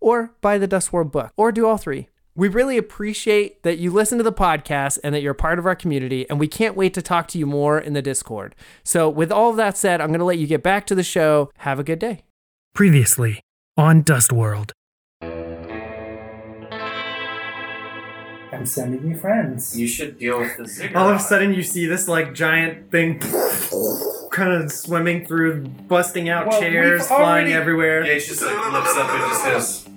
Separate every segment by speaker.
Speaker 1: or buy the Dust World book or do all three. We really appreciate that you listen to the podcast and that you're a part of our community, and we can't wait to talk to you more in the Discord. So, with all of that said, I'm going to let you get back to the show. Have a good day.
Speaker 2: Previously on Dust World.
Speaker 3: I'm sending you friends.
Speaker 4: You should deal with the ziggurat.
Speaker 1: All of a sudden, you see this like giant thing kind of swimming through, busting out
Speaker 3: Well,
Speaker 1: chairs,
Speaker 3: we've
Speaker 1: flying
Speaker 3: already-
Speaker 1: everywhere.
Speaker 4: Yeah, he's just like looks up and just says,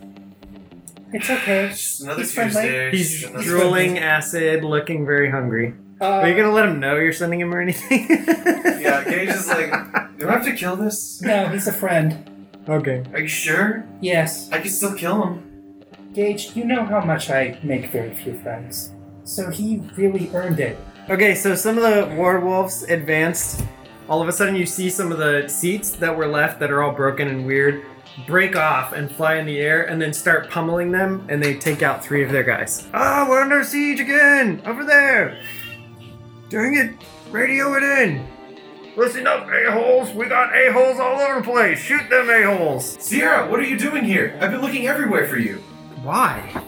Speaker 3: It's okay.
Speaker 4: "It's just another
Speaker 3: He's friendly.
Speaker 4: Tuesday. it's
Speaker 1: He's
Speaker 4: just another
Speaker 1: drooling acid, looking very hungry.
Speaker 3: Uh,
Speaker 1: Are you gonna let him know you're sending him or anything?
Speaker 4: Tuesday." Yeah, Gage is like, do I have to kill this?
Speaker 3: No, he's a friend.
Speaker 1: Okay.
Speaker 4: Are you sure?
Speaker 3: Yes.
Speaker 4: I can still kill him.
Speaker 3: Gage, you know how much I make very few friends. So he really earned it.
Speaker 1: Okay, so some of the werewolves advanced. All of a sudden, you see some of the seats that were left that are all broken and weird break off and fly in the air and then start pummeling them, and they take out three of their guys. Ah, we're under siege again! Over there! Dang it! Radio it in! Listen up, a-holes! We got a-holes all over the place! Shoot them a-holes!
Speaker 4: Sierra, what are you doing here? I've been looking everywhere for you.
Speaker 1: Why?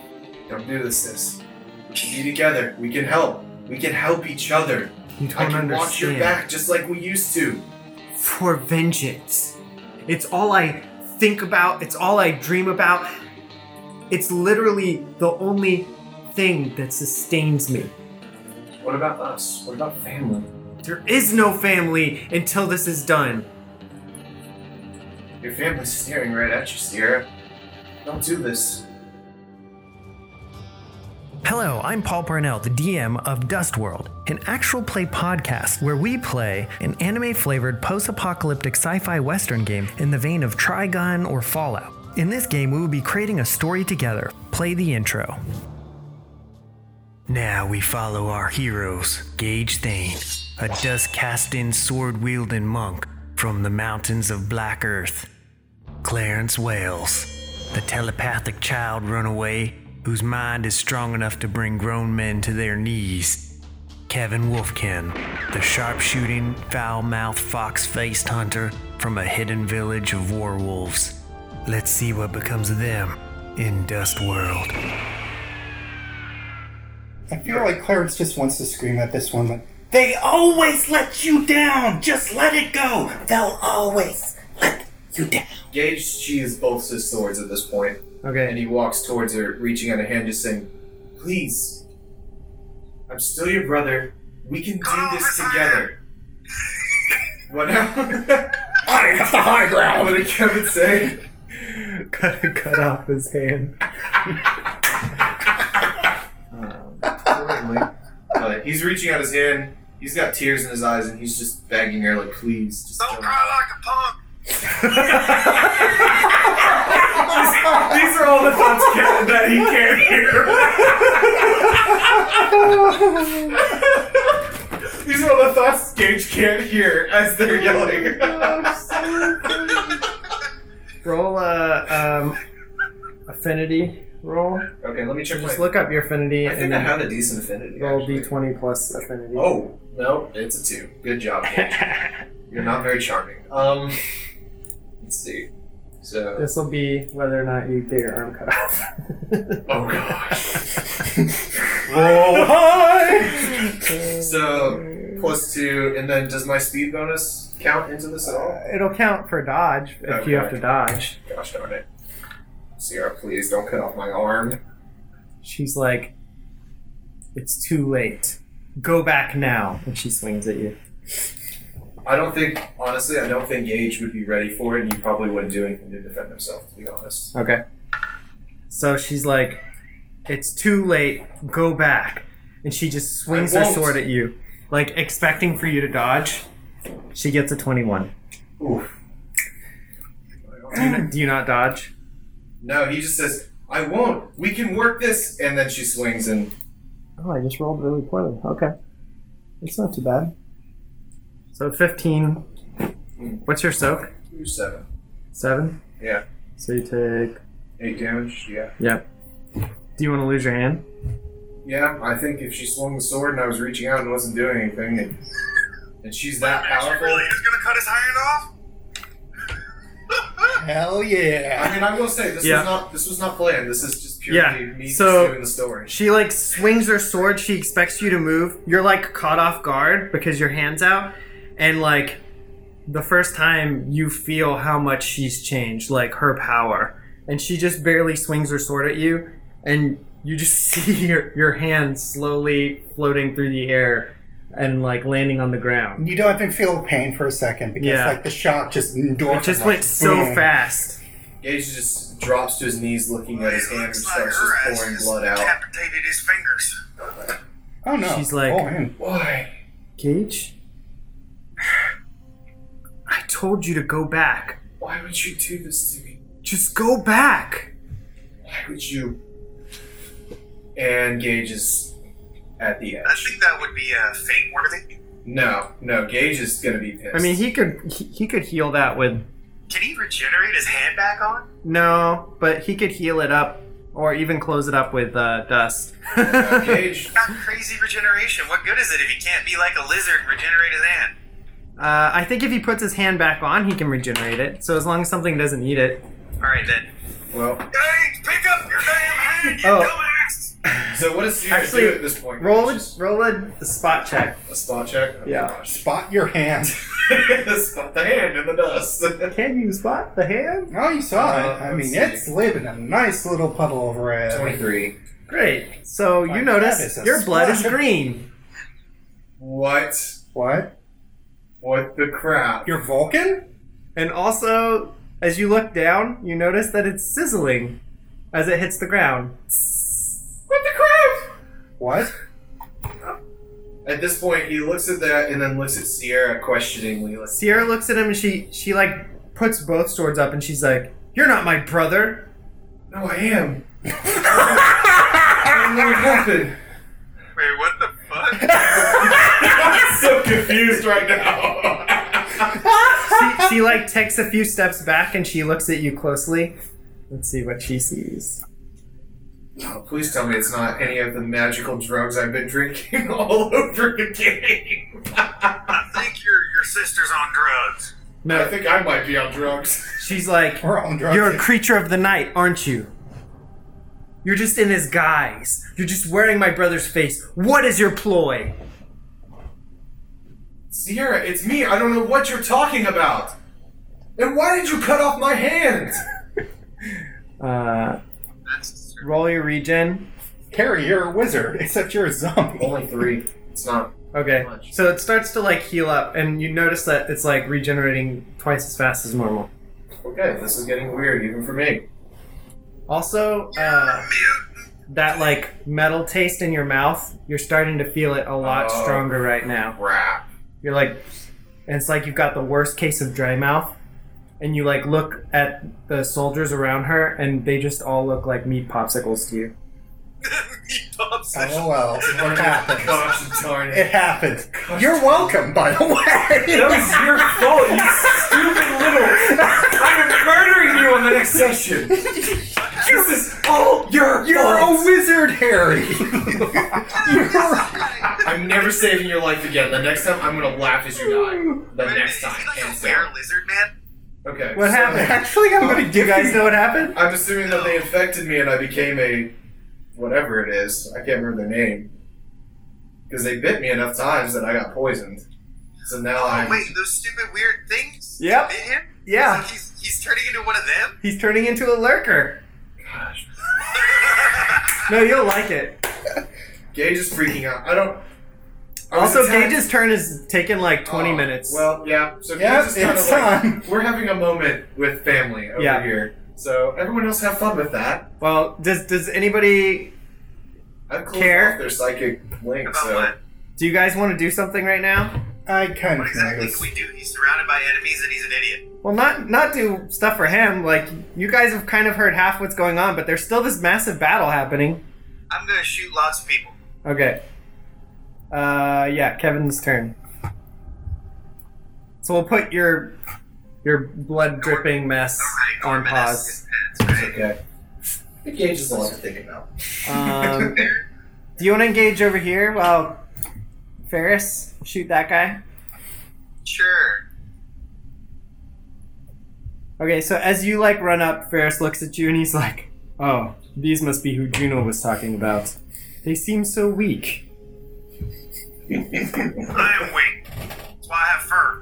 Speaker 4: Don't do this, sis. We should be together. We can help. We can help each other.
Speaker 1: You
Speaker 4: I can watch your back just like we used to.
Speaker 1: for vengeance. It's all I think about, it's all I dream about. It's literally the only thing that sustains me.
Speaker 4: What about us? What about family?
Speaker 1: There is no family until this is done.
Speaker 4: Your family's staring right at you, Sierra. Don't do this.
Speaker 2: Hello, I'm Paul Parnell, the DM of Dust World, an actual play podcast where we play an anime flavored post apocalyptic sci fi western game in the vein of Trigun or Fallout. In this game, we will be creating a story together. Play the intro. Now we follow our heroes, Gage Thane, a dust casting, sword wielding monk from the mountains of Black Earth. Clarence Wales, the telepathic child runaway whose mind is strong enough to bring grown men to their knees. Kevin Wolfkin, the sharpshooting, foul mouthed, fox faced hunter from a hidden village of werewolves. Let's see what becomes of them in Dust World.
Speaker 5: I feel like Clarence just wants to scream at this one, like, They always let you down! Just let it go! They'll always let you down.
Speaker 4: Gage sheathes both his swords at this point, and
Speaker 6: Okay.
Speaker 4: he walks towards her, reaching out a hand, just saying, "Please, I'm still your brother. We can do this together." What now?
Speaker 5: I have the high ground!
Speaker 4: what did Kevin say?
Speaker 6: Cut, cut off his hand.
Speaker 4: Um, apparently. but he's reaching out his hand. He's got tears in his eyes, and he's just begging her, like, "Please, just don't."
Speaker 2: like a punk.
Speaker 4: These are all the thoughts Kevin, that he can't hear. These are all the thoughts Gage can't hear as
Speaker 2: Oh
Speaker 4: they're yelling.
Speaker 6: Roll a um, affinity roll.
Speaker 4: okay, let me check
Speaker 6: Just
Speaker 4: my.
Speaker 6: look up your affinity
Speaker 4: I
Speaker 6: and
Speaker 4: think I
Speaker 6: then
Speaker 4: have a decent affinity.
Speaker 6: roll
Speaker 4: actually.
Speaker 6: d20 plus affinity.
Speaker 4: Oh no, it's a two. Good job, Gage. You're not very charming. Um, let's see. So,
Speaker 6: This will be whether or not you get your arm cut off.
Speaker 4: oh gosh.
Speaker 6: roll high.
Speaker 4: So plus two, and then does my speed bonus count into this at all?
Speaker 6: It'll count for dodge if you have to
Speaker 4: Okay.
Speaker 6: dodge.
Speaker 4: Gosh darn it. Sierra, please don't cut off my arm.
Speaker 6: She's like, "It's too late. Go back now." And she swings at you.
Speaker 4: I don't think, honestly, I don't think Gage would be ready for it, and he probably wouldn't do anything to defend himself, to be honest.
Speaker 6: Okay. So she's like, "It's too late. Go back." And she just swings her
Speaker 4: won't.
Speaker 6: sword at you, like expecting for you to dodge. She gets a twenty-one.
Speaker 4: Oof.
Speaker 6: Do you not, do you not dodge?
Speaker 4: No, he just says, I won't. We can work this. And then she swings and.
Speaker 6: Oh, I just rolled really poorly. Okay. It's not too bad. So 15. What's your soak?
Speaker 4: Two, seven.
Speaker 6: 7?
Speaker 4: Yeah.
Speaker 6: So you take.
Speaker 4: Eight damage? Yeah.
Speaker 6: Yep. Do you want to lose your hand?
Speaker 4: Yeah, I think if she swung the sword and I was reaching out and wasn't doing anything, and, and she's that powerful.
Speaker 2: Really is gonna cut his hand off?
Speaker 5: Hell yeah!
Speaker 4: I mean, I will say this
Speaker 6: Yeah.
Speaker 4: was not this was not planned. This is just purely
Speaker 6: Yeah,
Speaker 4: me
Speaker 6: so-
Speaker 4: just doing the story.
Speaker 6: She like swings her sword. She expects you to move. You're like caught off guard because your hand's out. And like the first time you feel how much she's changed, like her power. And she just barely swings her sword at you. And you just see your, your hand slowly floating through the air and like landing on the ground.
Speaker 7: You don't even feel pain for a second because
Speaker 6: Yeah.
Speaker 7: like the shock just endorphin,
Speaker 6: It just
Speaker 7: like,
Speaker 6: went so
Speaker 7: boom.
Speaker 6: fast.
Speaker 4: Gage just drops to his knees looking at his hand and
Speaker 2: Looks like
Speaker 4: starts
Speaker 2: her
Speaker 4: just
Speaker 2: ass
Speaker 4: pouring
Speaker 2: just
Speaker 4: blood out.
Speaker 2: Decapitated his fingers.
Speaker 7: Oh no!
Speaker 6: She's like-
Speaker 7: oh, man.
Speaker 4: Why?
Speaker 6: Gage? I told you to go back.
Speaker 4: Why would you do this to me?
Speaker 6: Just go back.
Speaker 4: Why would you? And Gage is at the
Speaker 2: I
Speaker 4: edge.
Speaker 2: think that would be uh, fate worthy.
Speaker 4: No, no, Gage is gonna be pissed.
Speaker 6: I mean, he could he, he could heal that with
Speaker 2: Can he regenerate his hand back on?
Speaker 6: no, but he could heal it up or even close it up with uh, dust.
Speaker 4: Uh, Gage.
Speaker 2: Not crazy regeneration. What good is it if he can't be like a lizard and regenerate his hand?
Speaker 6: Uh, I think if he puts his hand back on, he can regenerate it. So as long as something doesn't eat it.
Speaker 2: All right then.
Speaker 4: Well,
Speaker 2: Dang, pick up your damn hand, you
Speaker 6: Oh.
Speaker 2: dumbass!
Speaker 4: so what does he
Speaker 6: Actually,
Speaker 4: do at this point?
Speaker 6: Roll a,
Speaker 4: Just
Speaker 6: roll a spot check.
Speaker 4: a spot check. Oh,
Speaker 6: Yeah.
Speaker 4: gosh.
Speaker 7: spot your hand.
Speaker 4: spot the hand in the dust.
Speaker 6: Can you spot the hand?
Speaker 7: Oh, you
Speaker 4: Uh,
Speaker 7: saw it. I
Speaker 4: let's
Speaker 7: mean,
Speaker 4: see.
Speaker 7: it's living a nice little puddle over it.
Speaker 4: Twenty-three.
Speaker 6: Great. So
Speaker 7: My
Speaker 6: you
Speaker 7: blood
Speaker 6: notice
Speaker 7: is a
Speaker 6: your blood is
Speaker 7: splash.
Speaker 6: green.
Speaker 4: What?
Speaker 7: What?
Speaker 4: What the crap?
Speaker 7: You're Vulcan?
Speaker 6: And also, as you look down, you notice that it's sizzling as it hits the ground.
Speaker 4: what the crap?
Speaker 7: What?
Speaker 4: At this point, he looks at that and then looks at Sierra questioningly. Like,
Speaker 6: Sierra looks at him and she she like puts both swords up and she's like, "You're not my brother."
Speaker 4: no, I am. I don't know what happened.
Speaker 2: Wait, what the fuck?
Speaker 4: I'm so confused right now.
Speaker 6: She, she like takes a few steps back and she looks at you closely. Let's see what she sees.
Speaker 4: oh, please tell me it's not any of the magical drugs I've been drinking all over again.
Speaker 2: I think your your sister's on drugs.
Speaker 4: I
Speaker 6: No,
Speaker 4: think I might be on drugs.
Speaker 6: she's like,
Speaker 7: We're on drugs.
Speaker 6: "You're a creature of the night, aren't you?" You're just in his guise. You're just wearing my brother's face. What is your ploy?
Speaker 4: Sierra, it's me. I don't know what you're talking about. And why did you cut off my hand?
Speaker 6: Uh,
Speaker 8: That's disturbing.
Speaker 6: roll your regen.
Speaker 7: Harry, you're a wizard, except you're a zombie.
Speaker 4: Only three. It's not.
Speaker 6: Okay. So it starts to like heal up, and you notice that it's like regenerating twice as fast as normal.
Speaker 4: Okay, this is getting weird, even for me.
Speaker 6: Also, uh, that like metal taste in your mouth, you're starting to feel it a lot
Speaker 4: Oh.
Speaker 6: stronger right now.
Speaker 4: Crap.
Speaker 6: You're like, and it's like you've got the worst case of dry mouth. And you like look at the soldiers around her, and they just all look like meat popsicles to you.
Speaker 8: Meat pops.
Speaker 7: LOL. Oh, What happened?
Speaker 4: Gosh darn
Speaker 7: It
Speaker 4: it.
Speaker 7: happened. You're welcome, by the
Speaker 4: That
Speaker 7: way.
Speaker 4: was your fault, you stupid little. I'm murdering you on the next session. this is all your
Speaker 7: You're a
Speaker 4: fault.
Speaker 7: wizard, Harry.
Speaker 4: I'm never saving your life again. The next time, I'm gonna laugh as you die. The
Speaker 8: Wait a minute, is
Speaker 4: next
Speaker 8: he
Speaker 4: time,
Speaker 8: like
Speaker 4: hands
Speaker 8: a
Speaker 4: down.
Speaker 8: weird lizard man?
Speaker 4: Okay.
Speaker 6: What
Speaker 4: so-
Speaker 6: happened?
Speaker 7: Actually, I'm gonna
Speaker 6: You
Speaker 7: give
Speaker 6: guys know what happened?
Speaker 4: I'm assuming that they infected me and I became a whatever it is. I can't remember their name because they bit me enough times that I got poisoned. So now
Speaker 8: Oh
Speaker 4: I'm.
Speaker 8: wait, those stupid weird things.
Speaker 6: Yep.
Speaker 8: bit him?
Speaker 6: Yeah,
Speaker 8: Like he's he's turning into one of them.
Speaker 6: he's turning into a lurker.
Speaker 4: Gosh.
Speaker 6: No, you'll like it.
Speaker 4: Gage is freaking out. I don't. I was
Speaker 6: Also,
Speaker 4: attacked-
Speaker 6: Gage's turn is taken like 20
Speaker 4: Oh,
Speaker 6: minutes.
Speaker 4: Well, yeah. So
Speaker 7: Yeah,
Speaker 4: Gage is kinda
Speaker 7: it's
Speaker 4: like,
Speaker 7: time.
Speaker 4: We're having a moment with family over
Speaker 6: Yeah.
Speaker 4: here. So everyone else have fun with that.
Speaker 6: well, does does anybody?
Speaker 4: I've closed
Speaker 6: Care?
Speaker 4: off their psychic link.
Speaker 8: About
Speaker 4: So
Speaker 8: what?
Speaker 6: Do you guys want to do something right now?
Speaker 7: I kind of
Speaker 8: What exactly
Speaker 7: think
Speaker 8: can we do? He's surrounded by enemies and he's an idiot.
Speaker 6: Well, not not do stuff for him. Like you guys have kind of heard half what's going on, but there's still this massive battle happening.
Speaker 8: I'm gonna shoot lots of people.
Speaker 6: Okay. Uh, yeah, Kevin's turn. So we'll put your your blood dripping mess
Speaker 8: Alright,
Speaker 6: on
Speaker 8: Gorman has
Speaker 6: pause.
Speaker 8: his pets, right?
Speaker 4: okay. I think Gage is a lot to think about.
Speaker 6: Um, do you want to engage over here? Well, Ferris, shoot that guy.
Speaker 8: Sure.
Speaker 6: Okay, so as you like run up, Ferris looks at you and he's like, "Oh, these must be who Juno was talking about. They seem so weak."
Speaker 8: I am weak. That's why I have fur.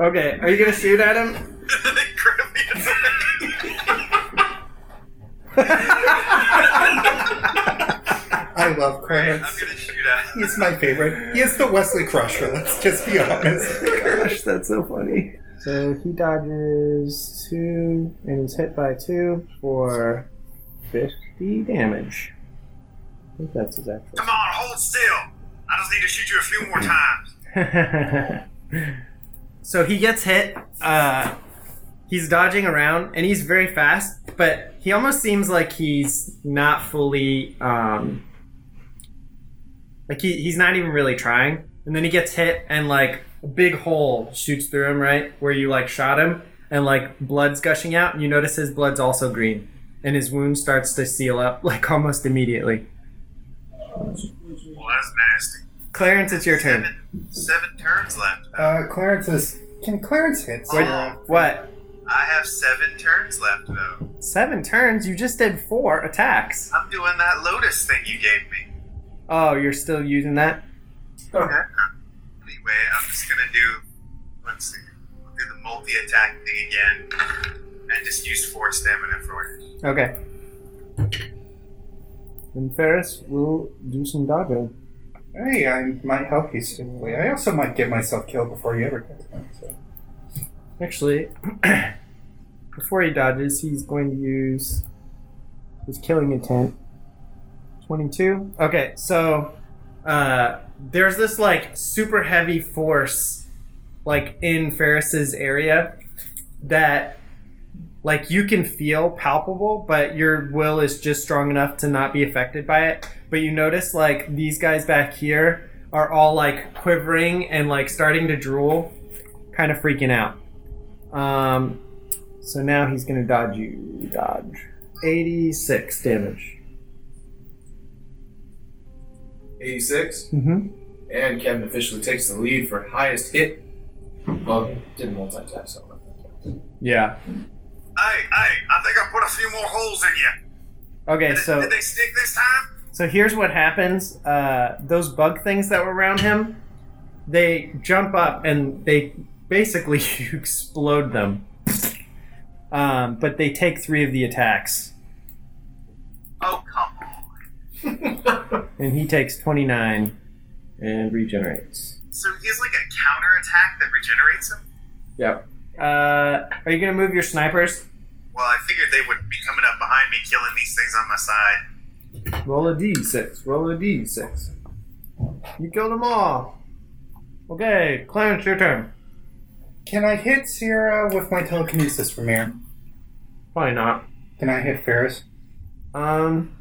Speaker 6: Okay, are you gonna shoot at him?
Speaker 8: Incredibly annoying.
Speaker 7: I love
Speaker 8: I'm
Speaker 7: Kravitz.
Speaker 8: gonna shoot at him.
Speaker 7: He's my favorite. He is the Wesley Crusher, let's just be honest.
Speaker 6: Gosh, that's so funny. So he dodges two and he's hit by two for fifty damage. I think that's his
Speaker 8: Come on, hold still. I just need to shoot you a few more times.
Speaker 6: actual. so he gets hit. Uh, he's dodging around and he's very fast, but he almost seems like he's not fully um, like he, he's not even really trying. And then he gets hit and like a big hole shoots through him, right? Where you like shot him and like blood's gushing out. And you notice his blood's also green and his wound starts to seal up like almost immediately.
Speaker 8: Well, that's nasty.
Speaker 6: Clarence, it's your turn.
Speaker 8: Seven, seven turns left.
Speaker 7: Uh, Clarence is. Can Clarence hit?
Speaker 8: Wait.
Speaker 6: What?
Speaker 8: I have seven turns left, though.
Speaker 6: Seven turns? You just did four attacks.
Speaker 8: I'm doing that lotus thing you gave me.
Speaker 6: Oh, you're still using that?
Speaker 8: Okay. Anyway, I'm just gonna do. Let's see. I'll do the multi-attack thing again, and just use four stamina for it.
Speaker 6: Okay. And Ferris will do some dodging.
Speaker 7: Hey, I might help you stupidly. I also might get myself killed before you ever get to him. So.
Speaker 6: Actually, before he dodges, he's going to use his killing intent. 22. Okay, so uh, there's this like super heavy force like in Ferris's area that like you can feel palpable, but your will is just strong enough to not be affected by it. But you notice like these guys back here are all like quivering and like starting to drool, kind of freaking out. Um, so now he's gonna dodge you. Dodge. 86 damage.
Speaker 4: 86,
Speaker 6: Mm-hmm.
Speaker 4: and Kevin officially takes the lead for highest hit. Well, didn't multitask. So I don't know if that counts.
Speaker 6: Yeah.
Speaker 8: Hey, hey! I think I put a few more holes in you.
Speaker 6: Okay,
Speaker 8: Did, it-
Speaker 6: so
Speaker 8: did they stick this time?
Speaker 6: so here's what happens. Uh, those bug things that were around him, they jump up and they basically you explode them. Um, but they take three of the attacks,
Speaker 8: Oh come on!
Speaker 6: and he takes 29 and regenerates.
Speaker 8: So he has like a counter attack that regenerates him.
Speaker 6: Yep. Uh, are you gonna move your snipers?
Speaker 8: Well, I figured they would be coming up behind me, killing these things on my side.
Speaker 6: Roll a d6. Roll a d6. You killed them all. Okay, Clarence, your turn.
Speaker 7: Can I hit Sierra with my telekinesis from here?
Speaker 6: Probably not.
Speaker 7: Can I hit Ferris?
Speaker 6: Um,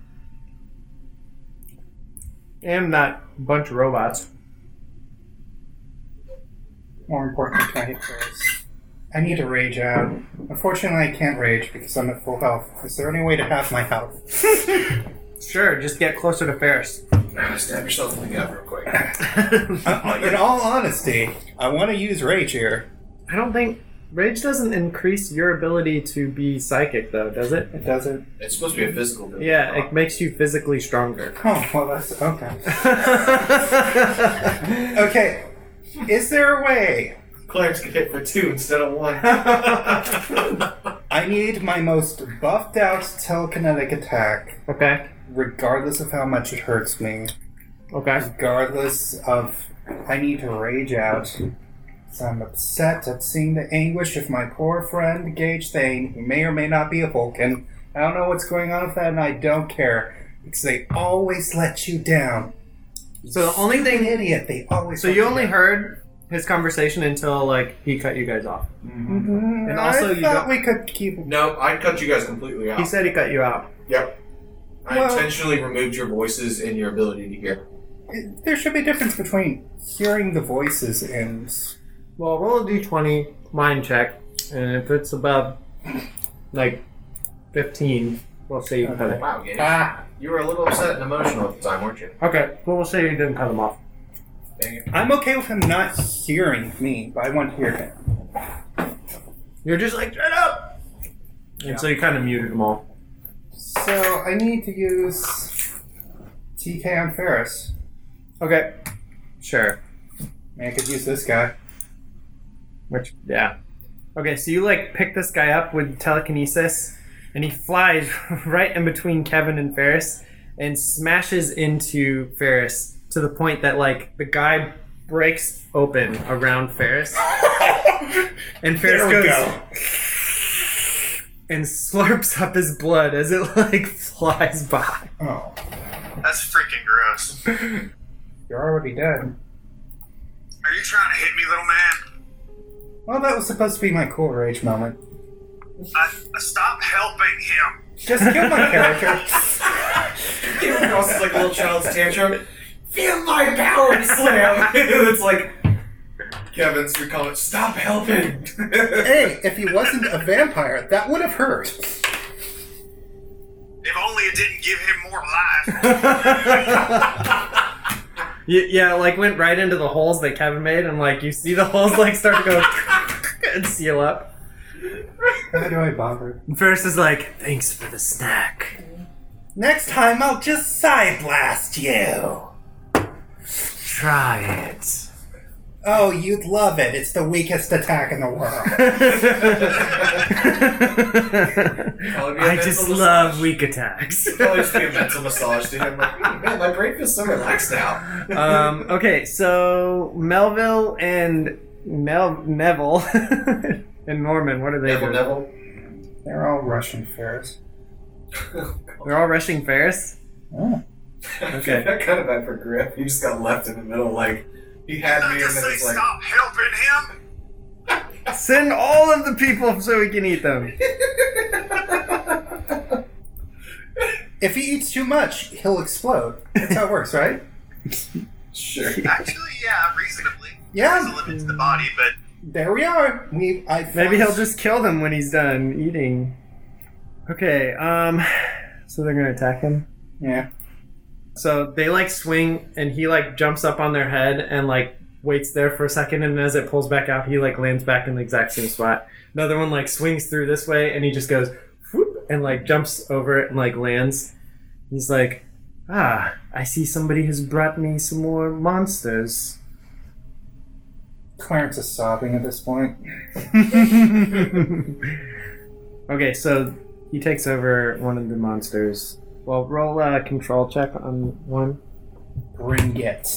Speaker 6: and not a bunch of robots.
Speaker 7: More importantly, can I hit Ferris? I need to rage out. Unfortunately, I can't rage because I'm at full health. Is there any way to half my health?
Speaker 6: Sure, just get closer to Ferris.
Speaker 4: Ah, stab yourself in the gut real quick.
Speaker 7: Uh, in all honesty, I want to use rage here.
Speaker 6: I don't think rage doesn't increase your ability to be psychic, though, does it?
Speaker 7: It doesn't.
Speaker 4: It's supposed to be a physical build.
Speaker 6: Yeah, it makes you physically stronger.
Speaker 7: Oh, well, that's okay.
Speaker 6: I
Speaker 7: Okay. Is there a way?
Speaker 4: Clarence can hit for two instead of one.
Speaker 7: I need my most buffed out telekinetic attack,
Speaker 6: okay.
Speaker 7: regardless of how much it hurts me.
Speaker 6: Okay.
Speaker 7: regardless of I need to rage out. So I'm upset at seeing the anguish of my poor friend Gage Thane, who may or may not be a Vulcan. I don't know what's going on with that, and I don't care because they always let you down.
Speaker 6: So the only thing
Speaker 7: Idiot! They always.
Speaker 6: So
Speaker 7: let
Speaker 6: you only
Speaker 7: down.
Speaker 6: heard his conversation until like he cut you guys off.
Speaker 7: Mm,
Speaker 6: and also
Speaker 7: I
Speaker 6: you
Speaker 7: thought
Speaker 6: don't-
Speaker 7: we could keep.
Speaker 4: no, I cut you guys completely out.
Speaker 6: He said he cut you out.
Speaker 4: yep. I
Speaker 7: Well-
Speaker 4: intentionally removed your voices and your ability to hear.
Speaker 7: There should be a difference between hearing the voices and
Speaker 6: Well, roll a d20 mind check, and if it's above like 15, we'll say you cut it.
Speaker 4: Wow, Gabe.
Speaker 7: ah.
Speaker 4: You were a little upset and emotional at the time, weren't you?
Speaker 6: Okay, well we'll say you didn't cut him off.
Speaker 4: Dang it.
Speaker 7: I'm okay with him not hearing me, but I want to hear him.
Speaker 6: You're just like shut up, and so you kind of muted them all.
Speaker 7: So I need to use TK on Ferris.
Speaker 6: Okay, sure.
Speaker 7: I, mean, I could use this guy.
Speaker 6: Which yeah. Okay, so you like pick this guy up with telekinesis, and he flies right in between Kevin and Ferris, and smashes into Ferris to the point that like the guy breaks open around Ferris, and Ferris goes and slurps up his blood as it like flies by.
Speaker 7: Oh,
Speaker 8: That's freaking gross.
Speaker 7: you're already dead.
Speaker 8: Are you trying to hit me, little man?
Speaker 7: Well, that was supposed to be my cool rage moment.
Speaker 8: I, I stop helping him.
Speaker 7: Just kill my character.
Speaker 4: Gabe Cross is like a little child's tantrum. Feel my power slam! it's like Kevin's recalling, stop helping!
Speaker 7: hey, if he wasn't a vampire, that would have hurt.
Speaker 8: If only it didn't give him more life.
Speaker 6: Y- yeah, like went right into the holes that Kevin made, and like you see the holes like start to go and seal up.
Speaker 7: Why do I bother?
Speaker 6: Ferris is like, thanks for the snack.
Speaker 7: Next time, I'll just side blast you.
Speaker 6: Try it.
Speaker 7: Oh, you'd love it. It's the weakest attack in the world.
Speaker 4: I
Speaker 6: weak attacks.
Speaker 4: Probably just be a mental massage to him. Like, "Hmm, man, my brain feels so relaxed now.
Speaker 6: um, okay, so Melville and Mel Neville and Norman, what are they
Speaker 4: Neville,
Speaker 6: doing?
Speaker 4: Neville.
Speaker 7: They're all Russian Ferris.
Speaker 6: They're all rushing Ferris.
Speaker 7: Oh.
Speaker 6: Okay.
Speaker 4: that kind of bad for Griff. He just got left in the middle. Like he had
Speaker 8: I
Speaker 4: me, and
Speaker 8: just
Speaker 4: then
Speaker 8: say
Speaker 4: it's like,
Speaker 8: stop helping him.
Speaker 6: Send all of the people so we can eat them.
Speaker 7: If he eats too much, he'll explode. That's how it works, right?
Speaker 4: sure.
Speaker 8: Actually, yeah, reasonably. There's a
Speaker 7: Yeah.
Speaker 8: limit to the body, but
Speaker 7: There we are. We. I. found-
Speaker 6: Maybe he'll just kill them when he's done eating. Okay, um, so they're gonna attack him.
Speaker 7: Yeah.
Speaker 6: So they like swing, and he like jumps up on their head and like waits there for a second, and as it pulls back out, he like lands back in the exact same spot. Another one like swings through this way, and he just goes whoop and like jumps over it and like lands. He's like, ah, I see somebody has brought me some more monsters.
Speaker 7: Clarence is sobbing at this point.
Speaker 6: Okay, so he takes over one of the monsters. Well, roll a control check on one.
Speaker 7: Bring it.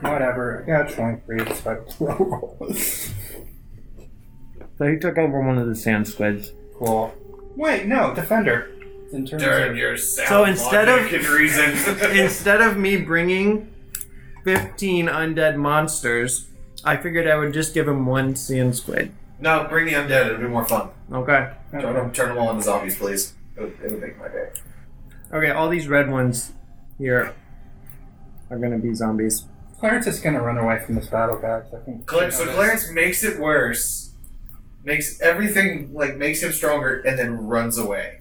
Speaker 7: Whatever. I got 23, it's like low roll.
Speaker 6: So he took over one of the sand squids.
Speaker 7: Cool. Wait, no, defender. In terms
Speaker 4: Darn
Speaker 7: of,
Speaker 4: yourself.
Speaker 6: So instead of-
Speaker 4: logic and reason.
Speaker 6: Instead of me bringing 15 undead monsters, I figured I would just give him one sand squid.
Speaker 4: no, bring the undead. It'll be more fun.
Speaker 6: Okay.
Speaker 4: Turn them, turn them all into zombies, please. It'll, it'll make my day.
Speaker 6: Okay, all these red ones here are gonna be zombies.
Speaker 7: Clarence is gonna run away from this battle, guys. I think.
Speaker 4: Clar- so Clarence makes it worse, makes everything like makes him stronger, and then runs away,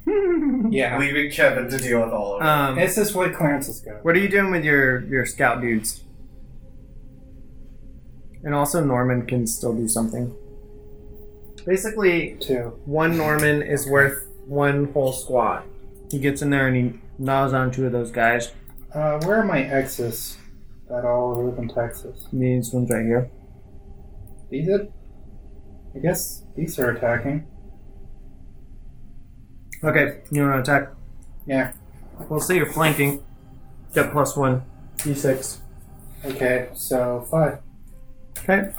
Speaker 7: Yeah.
Speaker 4: leaving Kevin to deal with all of it.
Speaker 6: Um,
Speaker 7: This is what Clarence is going.
Speaker 6: what are you doing with your, your scout dudes? And also, Norman can still do something. Basically,
Speaker 7: to.
Speaker 6: one Norman is worth one whole squad. He gets in there and he gnaws on two of those guys.
Speaker 7: Uh, where are my exes that all live in Texas?
Speaker 6: These ones right here.
Speaker 7: These it? I guess these are attacking.
Speaker 6: Okay, you want to attack?
Speaker 7: Yeah.
Speaker 6: We'll say you're flanking. Get plus one, d6.
Speaker 7: Okay, so five.
Speaker 6: Okay.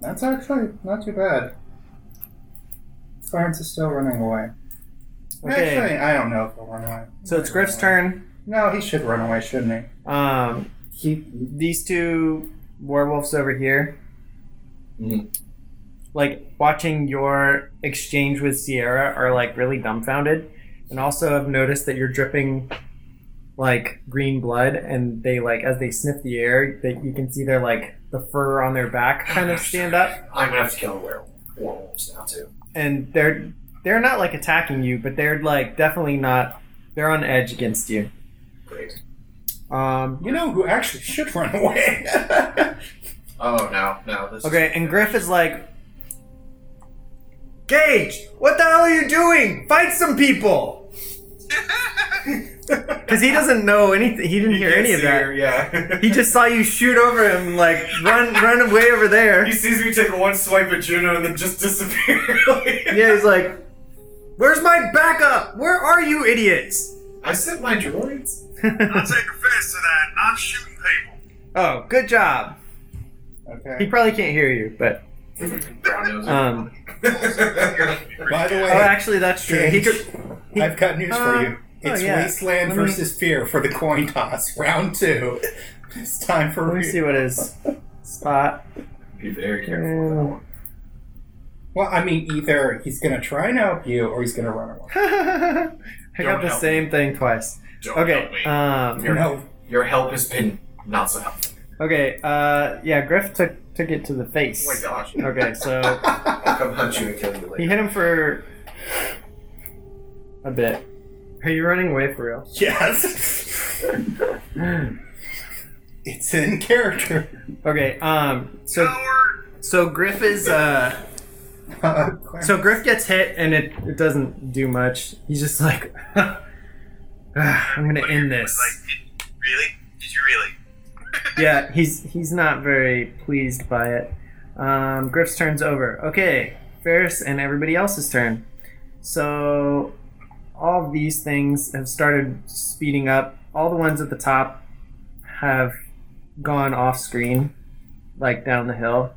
Speaker 7: That's actually not too bad. Clarence is still running away.
Speaker 6: Okay.
Speaker 7: Actually, I don't know if he'll run away.
Speaker 6: So it's Griff's turn.
Speaker 7: No, he should run away, shouldn't
Speaker 6: Um, he, these two werewolves over here,
Speaker 4: Mhm.
Speaker 6: like watching your exchange with Sierra, are like really dumbfounded, and also have noticed that you're dripping like green blood, and they like as they sniff the air, that you can see their like the fur on their back kind of stand up,
Speaker 4: I'm gonna have to kill were- werewolves now too.
Speaker 6: and they're they're not like attacking you, but they're like definitely not. They're on edge against you.
Speaker 4: Great.
Speaker 6: Um,
Speaker 7: he? You know who actually should run away?
Speaker 4: Oh no, no. This
Speaker 6: Okay, and Griff is like, Gage, what the hell are you doing? Fight some people! Because he doesn't know anything. He didn't hear
Speaker 4: can't
Speaker 6: any of
Speaker 4: see her,
Speaker 6: that.
Speaker 4: Yeah.
Speaker 6: He just saw you shoot over him, like run, run away over there.
Speaker 4: He sees me take one swipe at Juno and then just disappear. Like-
Speaker 6: Yeah, he's like, "Where's my backup? Where are you, idiots?"
Speaker 4: I sent my droids.
Speaker 8: I'll take offense to that. I'm shooting people.
Speaker 6: oh, good job. He
Speaker 7: okay.
Speaker 6: probably can't hear you, but
Speaker 4: Brown
Speaker 6: um.
Speaker 7: By the way,
Speaker 6: Oh, actually, that's true. He
Speaker 7: Gage,
Speaker 6: could. he-
Speaker 7: I've got news for
Speaker 6: Uh,
Speaker 7: you.
Speaker 6: oh,
Speaker 7: It's
Speaker 6: yeah.
Speaker 7: Wasteland
Speaker 6: Let me-
Speaker 7: versus Fear for the coin toss, round two. It's time for
Speaker 6: Let me
Speaker 7: re-
Speaker 6: see what his spot.
Speaker 4: Be very careful.
Speaker 6: Oh.
Speaker 7: Well, I mean, either he's gonna try and help you, or he's gonna run away.
Speaker 6: I got
Speaker 4: Don't
Speaker 6: the
Speaker 4: help
Speaker 6: same thing twice.
Speaker 4: Don't help
Speaker 6: Okay.
Speaker 4: me.
Speaker 6: Um,
Speaker 4: You're-
Speaker 7: No,
Speaker 4: Your help has been not so helpful.
Speaker 6: okay. Uh, yeah, Griff took took it to the
Speaker 4: Oh my
Speaker 6: face.
Speaker 4: gosh.
Speaker 6: Okay, so
Speaker 4: I'll come hunt you and kill you
Speaker 6: he
Speaker 4: later.
Speaker 6: hit him for a bit. Are you running away for real?
Speaker 7: yes, it's in character.
Speaker 6: Okay. Um. So
Speaker 8: Howard,
Speaker 6: so Griff is uh.
Speaker 7: Uh,
Speaker 6: So Griff gets hit and it it doesn't do much. He's just like, "Ah, I'm gonna end this.
Speaker 8: like, did, really? Did you really?
Speaker 6: yeah, he's he's not very pleased by it. Um, Griff's turn's over. Okay, Ferris and everybody else's turn. So all of these things have started speeding up. All the ones at the top have gone off screen, like down the hill.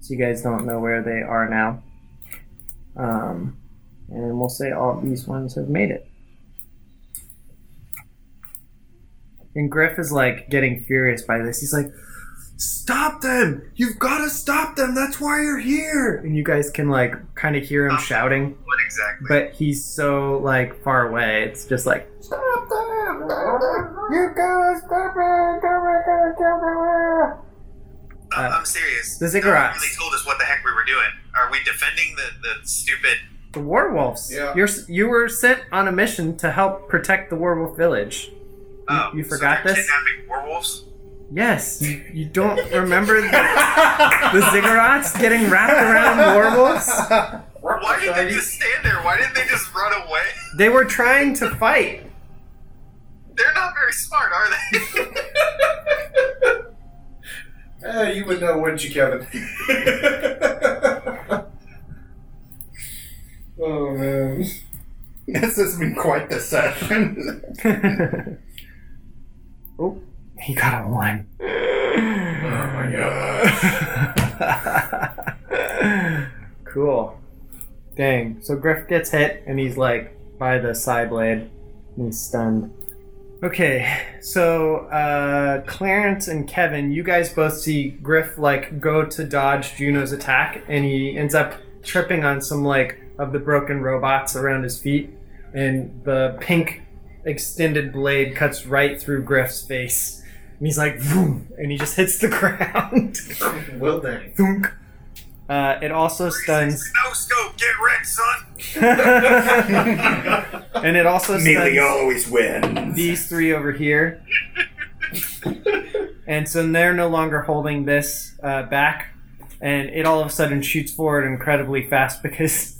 Speaker 6: So you guys don't know where they are now. Um, and we'll say all of these ones have made it. And Griff is like getting furious by this. He's like, Stop them! You've got to stop them! That's why you're here! And you guys can like kind of hear him shouting,
Speaker 8: What exactly?
Speaker 6: but he's so like far away. It's just like, Stop them! You guys, stop it!
Speaker 8: I'm-
Speaker 6: uh,
Speaker 8: I'm serious.
Speaker 6: the
Speaker 8: no one
Speaker 6: ziggurats.
Speaker 8: really told us what the heck we were doing. Are we defending the, the stupid?
Speaker 6: The werewolves.
Speaker 4: Yeah.
Speaker 6: You're, s- you were sent on a mission to help protect the werewolf village.
Speaker 8: Oh,
Speaker 6: you
Speaker 8: so
Speaker 6: forgot
Speaker 8: they're
Speaker 6: this?
Speaker 8: Kidnapping werewolves.
Speaker 6: Yes, you, you don't remember the, the ziggurats getting wrapped around werewolves?
Speaker 8: What? Why did they just stand there? Why didn't they just run away?
Speaker 6: They were trying to fight.
Speaker 8: They're not very smart, are they?
Speaker 4: Uh, you would know, wouldn't you, Kevin? oh man.
Speaker 7: This has been quite the session.
Speaker 6: oh, he got a one. cool. Dang. So Griff gets hit and he's like by the side blade and he's stunned. Okay, so uh, Clarence and Kevin, you guys both see Griff like go to dodge Juno's attack and he ends up tripping on some like of the broken robots around his feet and the pink extended blade cuts right through Griff's face. And he's like, Vroom, and he just hits the ground.
Speaker 4: Well dang.
Speaker 6: Thunk. Uh, it also stuns.
Speaker 8: no scope, get wrecked, son.
Speaker 6: and it also stuns
Speaker 7: always wins.
Speaker 6: these three over here. and so they're no longer holding this uh, back. And it all of a sudden shoots forward incredibly fast because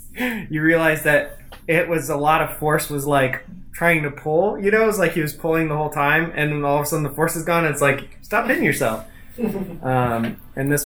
Speaker 6: you realize that it was a lot of force was like trying to pull. You know, it was like he was pulling the whole time. And then all of a sudden the force is gone. And it's like, stop hitting yourself. um, and this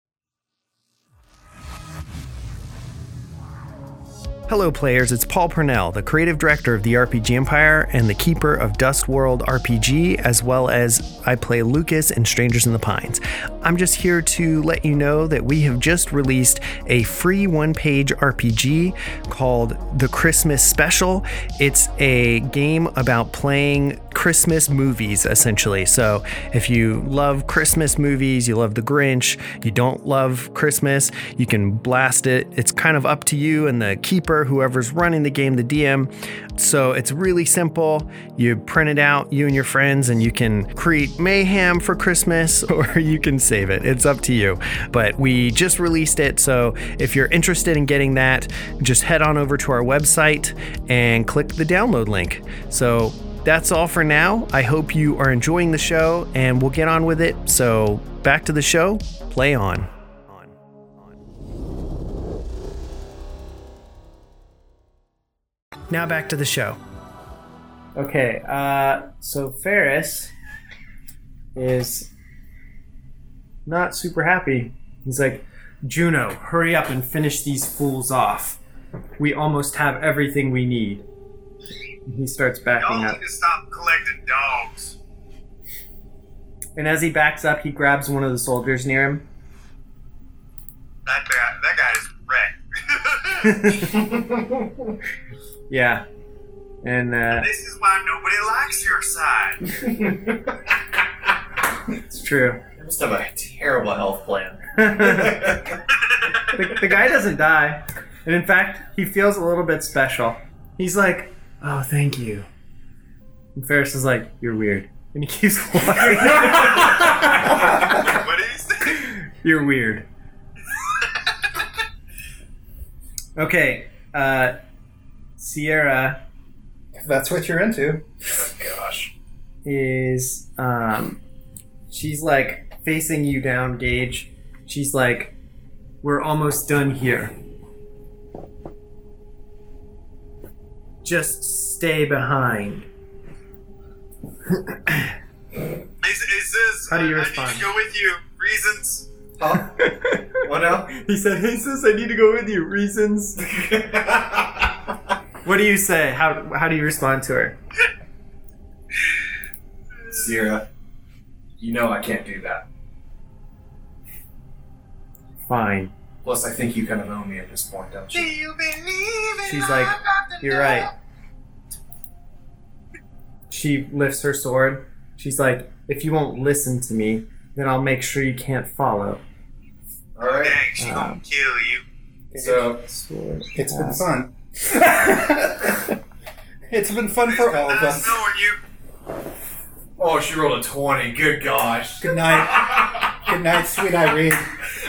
Speaker 2: Hello, players. It's Paul Purnell, the creative director of the RPG Empire and the keeper of Dust World RPG, as well as I play Lucas in Strangers in the Pines. I'm just here to let you know that we have just released a free one page RPG called The Christmas Special. It's a game about playing Christmas movies, essentially. So if you love Christmas movies, you love The Grinch, you don't love Christmas, you can blast it. It's kind of up to you and the keeper, whoever's running the game, the DM. So it's really simple. You print it out, you and your friends, and you can create mayhem for Christmas or you can save it. It's up to you. But we just released it. So if you're interested in getting that, just head on over to our website and click the download link. So that's all for now. I hope you are enjoying the show and we'll get on with it. So back to the show, play on. Now back to the show.
Speaker 6: Okay, uh, so Ferris is not super happy. He's like, Juno, hurry up and finish these fools off. We almost have everything we need. He starts
Speaker 8: Y'all
Speaker 6: backing up.
Speaker 8: need to stop collecting dogs.
Speaker 6: And as he backs up, he grabs one of the soldiers near him.
Speaker 8: That guy, that guy is wrecked.
Speaker 6: Yeah. And uh,
Speaker 8: this is why nobody likes your side.
Speaker 6: it's true.
Speaker 4: I must have a terrible health plan.
Speaker 6: the, the guy doesn't die. And in fact, he feels a little bit special. He's like, oh, thank you. And Ferris is like, you're weird. And he keeps walking.
Speaker 8: what did he say?
Speaker 6: you're weird. Okay, uh, Sierra
Speaker 7: If that's what you're into.
Speaker 6: is, um, she's like facing you down, Gage. She's like, we're almost done here. Just stay behind.
Speaker 8: He s- he says,
Speaker 6: How do you
Speaker 8: "I- I
Speaker 6: respond?
Speaker 8: need to go with you. Reasons.
Speaker 4: Huh? What now?
Speaker 6: He said, "Hey sis, I need to go with you." Reasons. What do you say? How how do you respond to her?
Speaker 4: Sierra, you know I can't do that.
Speaker 6: Fine.
Speaker 4: Plus, I think you kind of own me at this point, don't you?
Speaker 6: She's like, "You're right." She lifts her sword. She's like, "If you won't listen to me, then I'll make sure you can't follow."
Speaker 4: All right.
Speaker 8: Dang, she gonna kill you.
Speaker 4: So
Speaker 6: Sword.
Speaker 7: It's been fun. it's been fun for all of us.
Speaker 8: Nice knowing you.
Speaker 4: Oh, she rolled a 20. Good gosh.
Speaker 7: Good night. Good night, sweet Irene.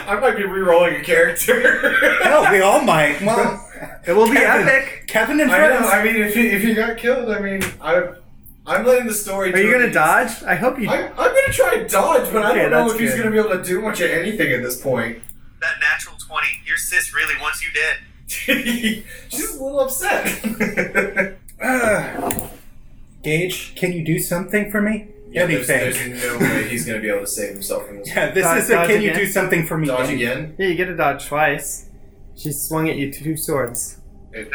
Speaker 4: I might be re rolling a character.
Speaker 7: Hell, Oh, we all might. Well,
Speaker 6: It will be
Speaker 7: Kevin.
Speaker 6: epic.
Speaker 7: Kevin and
Speaker 4: I know.
Speaker 7: friends.
Speaker 4: I mean, if you, if you got killed, I mean, I, I'm letting the story.
Speaker 6: Are you
Speaker 4: to
Speaker 6: gonna
Speaker 4: it.
Speaker 6: dodge? I hope you.
Speaker 4: I'm, I'm gonna try to dodge, but I
Speaker 6: Okay,
Speaker 4: don't know
Speaker 6: that's
Speaker 4: if he's
Speaker 6: good.
Speaker 4: gonna be able to do much of anything at this point.
Speaker 8: That natural 20. Your sis really wants you dead.
Speaker 4: She's a little upset.
Speaker 7: Gage, can you do something for me?
Speaker 4: yeah, there's,
Speaker 7: Anything.
Speaker 4: there's no way he's gonna be able to save himself from this.
Speaker 7: Yeah, this
Speaker 6: Dodge-
Speaker 7: is a
Speaker 6: dodge
Speaker 7: can you
Speaker 6: again?
Speaker 7: do something for me?
Speaker 4: Dodge
Speaker 7: game.
Speaker 4: again?
Speaker 6: Yeah, you get to dodge twice. She swung at you two swords.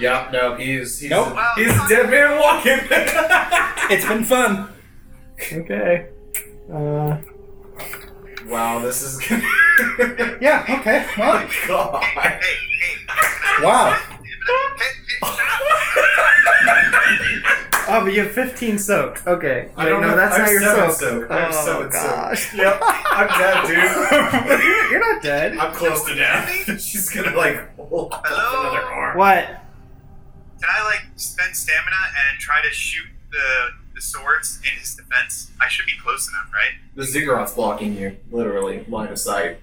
Speaker 4: Yeah, no, he is. He's,
Speaker 7: Nope.
Speaker 4: He's a dead man walking.
Speaker 7: It's been fun.
Speaker 6: Okay. Uh,
Speaker 4: wow, this is gonna.
Speaker 7: Yeah, okay. Well,
Speaker 4: God.
Speaker 8: Hey, hey.
Speaker 7: wow.
Speaker 6: oh, but you have 15 soak. Okay.
Speaker 4: I
Speaker 6: Wait,
Speaker 4: don't
Speaker 6: no,
Speaker 4: know.
Speaker 6: that's
Speaker 4: I have
Speaker 6: not your
Speaker 4: seven
Speaker 6: soak.
Speaker 4: soak. I have
Speaker 6: oh,
Speaker 4: seven soak.
Speaker 6: gosh.
Speaker 4: Yep, I'm dead, dude.
Speaker 6: You're not dead.
Speaker 4: I'm close to death. She's gonna like hold up
Speaker 8: Hello?
Speaker 4: another arm.
Speaker 6: What?
Speaker 8: Can I like spend stamina and try to shoot the the swords in his defense? I should be close enough, right?
Speaker 4: The ziggurat's blocking you, literally line of sight.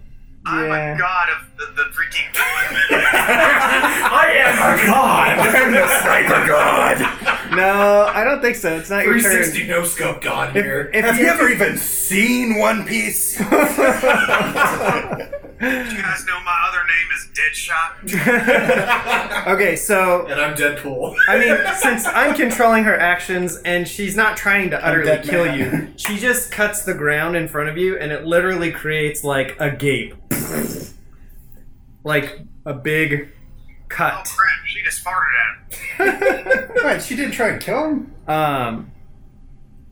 Speaker 8: I'm
Speaker 6: Yeah.
Speaker 8: a god of the, the freaking.
Speaker 4: I am a god. I'm the sniper god.
Speaker 6: No, I don't think so. It's not your turn.
Speaker 4: 360 no scope god here.
Speaker 6: If
Speaker 7: Have
Speaker 6: you
Speaker 7: you ever even seen One Piece?
Speaker 8: You guys know my other name is Deadshot.
Speaker 6: okay, so
Speaker 4: and I'm Deadpool.
Speaker 6: I mean, since I'm controlling her actions and she's not trying to utterly
Speaker 7: dead
Speaker 6: kill
Speaker 7: man.
Speaker 6: you, she just cuts the ground in front of you and it literally creates like a gape. like a big
Speaker 8: Oh
Speaker 6: cut.
Speaker 8: crap! She just farted at him.
Speaker 7: Right, she didn't try to kill him.
Speaker 6: Um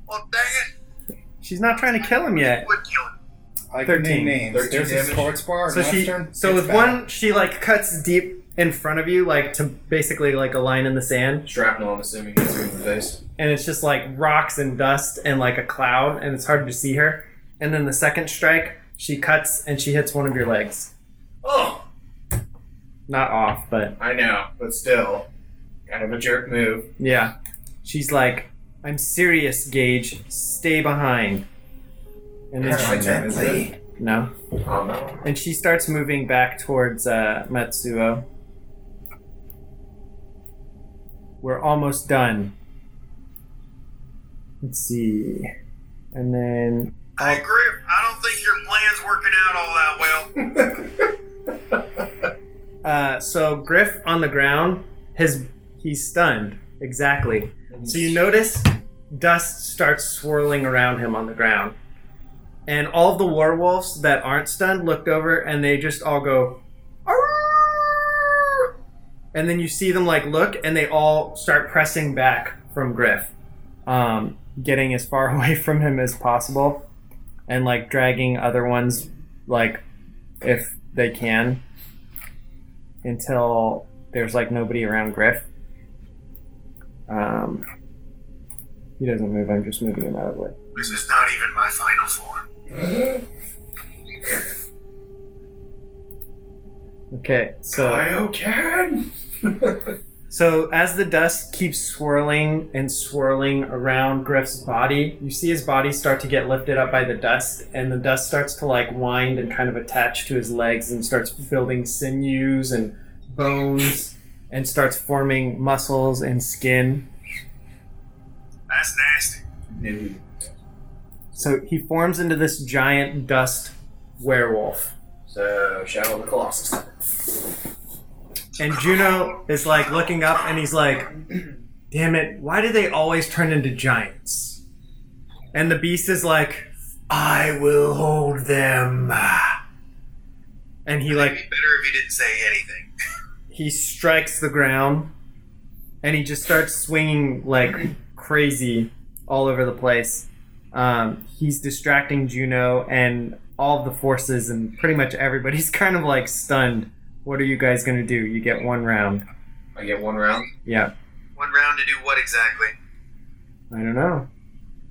Speaker 8: Well, dang it!
Speaker 6: she's not trying to kill him yet.
Speaker 8: Would kill him.
Speaker 7: I can
Speaker 6: 13.
Speaker 7: name names.
Speaker 4: 13
Speaker 7: There's
Speaker 4: damage.
Speaker 7: a sports bar.
Speaker 6: So she
Speaker 7: Western.
Speaker 6: so
Speaker 7: It's
Speaker 6: with
Speaker 7: bad.
Speaker 6: one she like cuts deep in front of you like to basically like a line in the sand
Speaker 4: Shrapnel, I'm assuming, hits you in the face.
Speaker 6: and it's just like rocks and dust and like a cloud and it's hard to see her and then the second strike she cuts and she hits one of your legs
Speaker 4: Oh,
Speaker 6: not off but
Speaker 4: I know, but still, kind of a jerk move.
Speaker 6: yeah she's like i'm serious gage stay behind and then
Speaker 4: My
Speaker 6: she,
Speaker 4: turn, is it?
Speaker 6: no
Speaker 4: Oh no.
Speaker 6: and she starts moving back towards uh, matsuo we're almost done let's see and then
Speaker 8: Hey, Griff, I don't think your plan's working out all that well.
Speaker 6: Uh, so Griff on the ground, his he's stunned. Exactly. So you notice dust starts swirling around him on the ground. And all the werewolves that aren't stunned looked over and they just all go "Arrgh!" and then you see them like look and they all start pressing back from Griff. Um, getting as far away from him as possible and like dragging other ones like if they can until there's like nobody around Griff. Um, he doesn't move. I'm just moving him out of the way.
Speaker 8: This is not even my final form.
Speaker 6: Okay, so
Speaker 4: Ryokan!
Speaker 6: So as the dust keeps swirling and swirling around Griff's body, you see his body start to get lifted up by the dust, and the dust starts to like wind and kind of attach to his legs and starts building sinews and bones and starts forming muscles and skin.
Speaker 8: That's nasty.
Speaker 6: So he forms into this giant dust werewolf.
Speaker 4: So, Shadow of the Colossus.
Speaker 6: And Juno is like looking up and he's like, damn it, why do they always turn into giants? And the beast is like, I will hold them. And he
Speaker 8: It'd
Speaker 6: like,
Speaker 8: be better if you didn't say anything.
Speaker 6: he strikes the ground and he just starts swinging like crazy all over the place. Um, he's distracting Juno and all of the forces, and pretty much everybody's kind of like stunned. What are you guys gonna do? You get one round.
Speaker 4: I get one round.
Speaker 6: Yeah.
Speaker 8: One round to do what exactly?
Speaker 6: I don't know.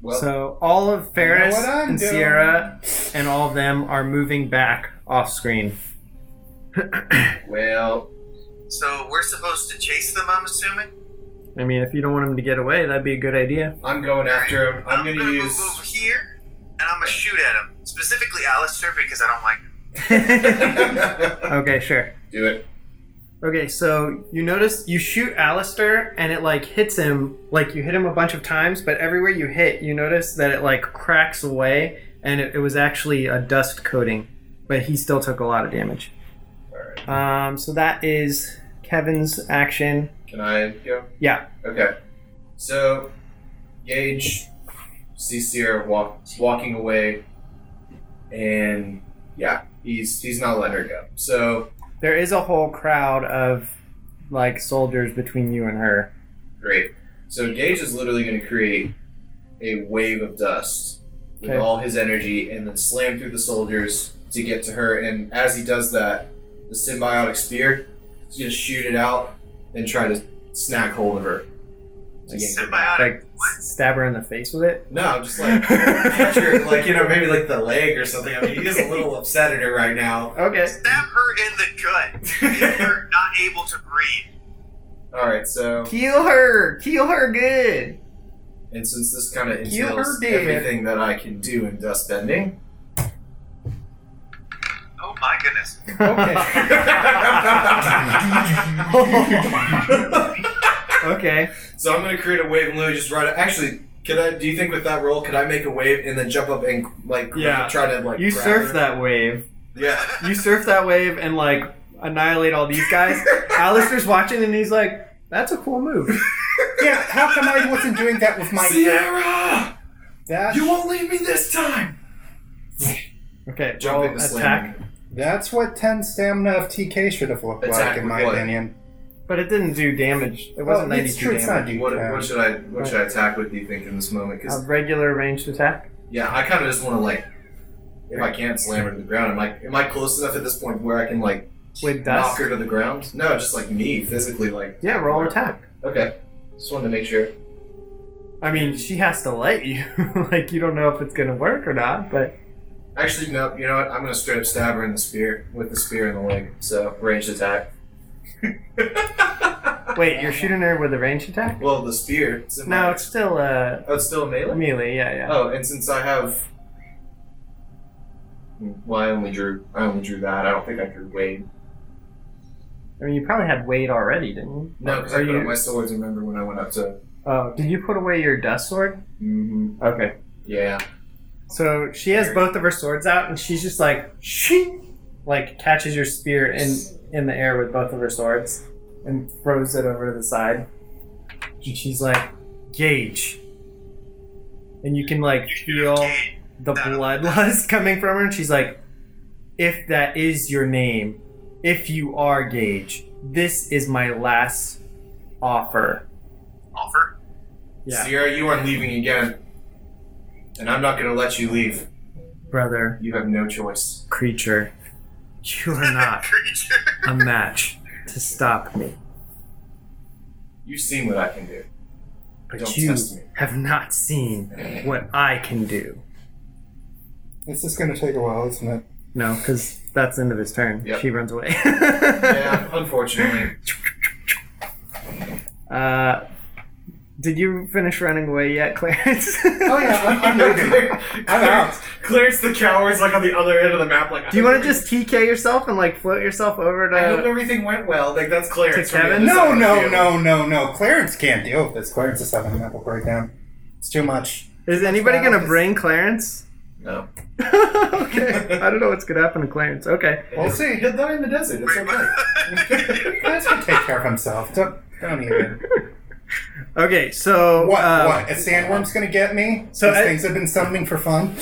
Speaker 4: Well,
Speaker 6: so all of Ferris
Speaker 7: what I'm
Speaker 6: and
Speaker 7: doing.
Speaker 6: Sierra and all of them are moving back off screen.
Speaker 4: well,
Speaker 8: So we're supposed to chase them, I'm assuming.
Speaker 6: I mean, if you don't want them to get away, that'd be a good idea.
Speaker 4: I'm going after him. I'm
Speaker 8: gonna,
Speaker 4: gonna
Speaker 8: move over
Speaker 4: use.
Speaker 8: here, and I'm gonna shoot at him specifically Alistair because I don't like him.
Speaker 6: Okay, sure.
Speaker 4: Do it.
Speaker 6: Okay, so you notice you shoot Alistair and it like hits him, like you hit him a bunch of times, but everywhere you hit, you notice that it like cracks away and it, it was actually a dust coating, but he still took a lot of damage.
Speaker 4: Alright.
Speaker 6: Um, so that is Kevin's action.
Speaker 4: Can I go?
Speaker 6: Yeah.
Speaker 4: Okay. So, Gage sees Sierra walk, walking away, and yeah, he's he's not letting her go. So
Speaker 6: There is a whole crowd of like soldiers between you and her.
Speaker 4: great. So Gage is literally going to create a wave of dust with
Speaker 6: Okay.
Speaker 4: all his energy, and then slam through the soldiers to get to her. And as he does that, the symbiotic spear is going to shoot it out and try to snag hold of her. To yank her back.
Speaker 8: Symbiotic.
Speaker 6: Like stab her in the face with it.
Speaker 4: No, just like catch her, like you know, maybe like the leg or something. I mean, he is a little upset at her right now.
Speaker 6: Okay.
Speaker 8: Stab her in the gut. if you're not able to breathe.
Speaker 4: All right, so
Speaker 6: Kill her. Kill her good.
Speaker 4: and since this kind of
Speaker 6: You
Speaker 4: entails
Speaker 6: heard it.
Speaker 4: everything that I can do in dust bending,
Speaker 8: Oh my goodness.
Speaker 6: okay.
Speaker 4: so I'm gonna create a wave and literally just ride it. Actually, could I? Do you think with that roll, could I make a wave and then jump up and like
Speaker 6: Yeah.
Speaker 4: try to like
Speaker 6: You
Speaker 4: grab
Speaker 6: surf
Speaker 4: her?
Speaker 6: that wave.
Speaker 4: Yeah,
Speaker 6: You surf that wave and like annihilate all these guys. Alistair's watching and he's like, "That's a cool move."
Speaker 7: Yeah, how come I wasn't doing that with my
Speaker 4: Sierra,
Speaker 7: that?
Speaker 4: you won't leave me this time.
Speaker 6: Okay.
Speaker 4: Jump
Speaker 6: roll
Speaker 4: in the
Speaker 6: attack.
Speaker 4: slam.
Speaker 7: That's what ten stamina of TK should have looked like,
Speaker 4: Exactly
Speaker 7: in my
Speaker 4: what?
Speaker 7: opinion.
Speaker 6: But it didn't do damage. It wasn't
Speaker 7: Oh, it's
Speaker 6: 92
Speaker 7: true, it's not
Speaker 6: damage.
Speaker 7: deep.
Speaker 4: What,
Speaker 7: Uh,
Speaker 4: what should I? What should I attack with? Do you think in this moment? Because
Speaker 6: A regular ranged attack.
Speaker 4: Yeah, I kind of just want to like, if I can, slam her to the ground. Am I am I close enough at this point where I can like
Speaker 6: With
Speaker 4: knock
Speaker 6: dust?
Speaker 4: her to the ground? No, just like me physically, like.
Speaker 6: Yeah, roll an attack.
Speaker 4: Okay, just wanted to make sure.
Speaker 6: I mean, she has to let you. like, you don't know if it's gonna work or not, but
Speaker 4: Actually, no. You know what? I'm gonna straight up stab her in the spear with the spear in the leg. So ranged attack.
Speaker 6: wait, you're shooting her with a ranged attack?
Speaker 4: Well, the spear. It's in
Speaker 6: No,
Speaker 4: my-
Speaker 6: it's still uh
Speaker 4: Oh, it's still melee.
Speaker 6: melee. Yeah, yeah.
Speaker 4: Oh, and since I have. Well, I only drew. I only drew that. I don't think I drew Wade.
Speaker 6: I mean, you probably had Wade already, didn't you?
Speaker 4: No, because I
Speaker 6: Are
Speaker 4: put
Speaker 6: you-
Speaker 4: up my swords. Remember when I went up to?
Speaker 6: Oh, did you put away your dust sword?
Speaker 4: hmm
Speaker 6: Okay.
Speaker 4: Yeah.
Speaker 6: So she has both of her swords out, and she's just like, shing, like catches your spear in in the air with both of her swords, and throws it over to the side. And she's like, Gage. And you can like feel the bloodlust coming from her, and she's like, If that is your name, if you are Gage, this is my last offer.
Speaker 8: Offer.
Speaker 6: Yeah,
Speaker 4: Sierra, you aren't leaving again. And I'm not going to let you leave.
Speaker 6: brother,
Speaker 4: You have no choice.
Speaker 6: creature, you are not.
Speaker 8: Creature.
Speaker 6: a match to stop me,
Speaker 4: You've seen what I can do.
Speaker 6: but
Speaker 4: Don't
Speaker 6: you
Speaker 4: test me.
Speaker 6: have not seen what I can do.
Speaker 7: This is going to take a while, isn't it?
Speaker 6: No, because that's the end of his turn.
Speaker 4: Yep.
Speaker 6: She runs away.
Speaker 4: Yeah, unfortunately.
Speaker 6: Uh, did you finish running away yet, Clarence?
Speaker 7: Oh yeah, I'm, I'm leaving. I'm out.
Speaker 4: Clarence the coward's like on the other end of the map. Like,
Speaker 6: Do you want to just TK yourself and like float yourself over
Speaker 4: I hope
Speaker 6: to?
Speaker 4: everything went well. Like that's Clarence.
Speaker 6: To Kevin?
Speaker 7: No, no, no, no, no. Clarence can't deal with this. Clarence is having a mental breakdown. It's too much.
Speaker 6: Is anybody
Speaker 7: Yeah,
Speaker 6: gonna
Speaker 7: just-
Speaker 6: bring Clarence?
Speaker 4: No.
Speaker 6: okay, I don't know what's gonna happen to Clarence. Okay,
Speaker 7: We'll see.
Speaker 4: He'll die in the desert. It's okay.
Speaker 7: Clarence can take care of himself. Don't, don't even.
Speaker 6: okay. So
Speaker 7: What?
Speaker 6: uh,
Speaker 7: what? A sandworm's going to get me?
Speaker 6: So
Speaker 7: These
Speaker 6: I-
Speaker 7: things have been summoning for fun.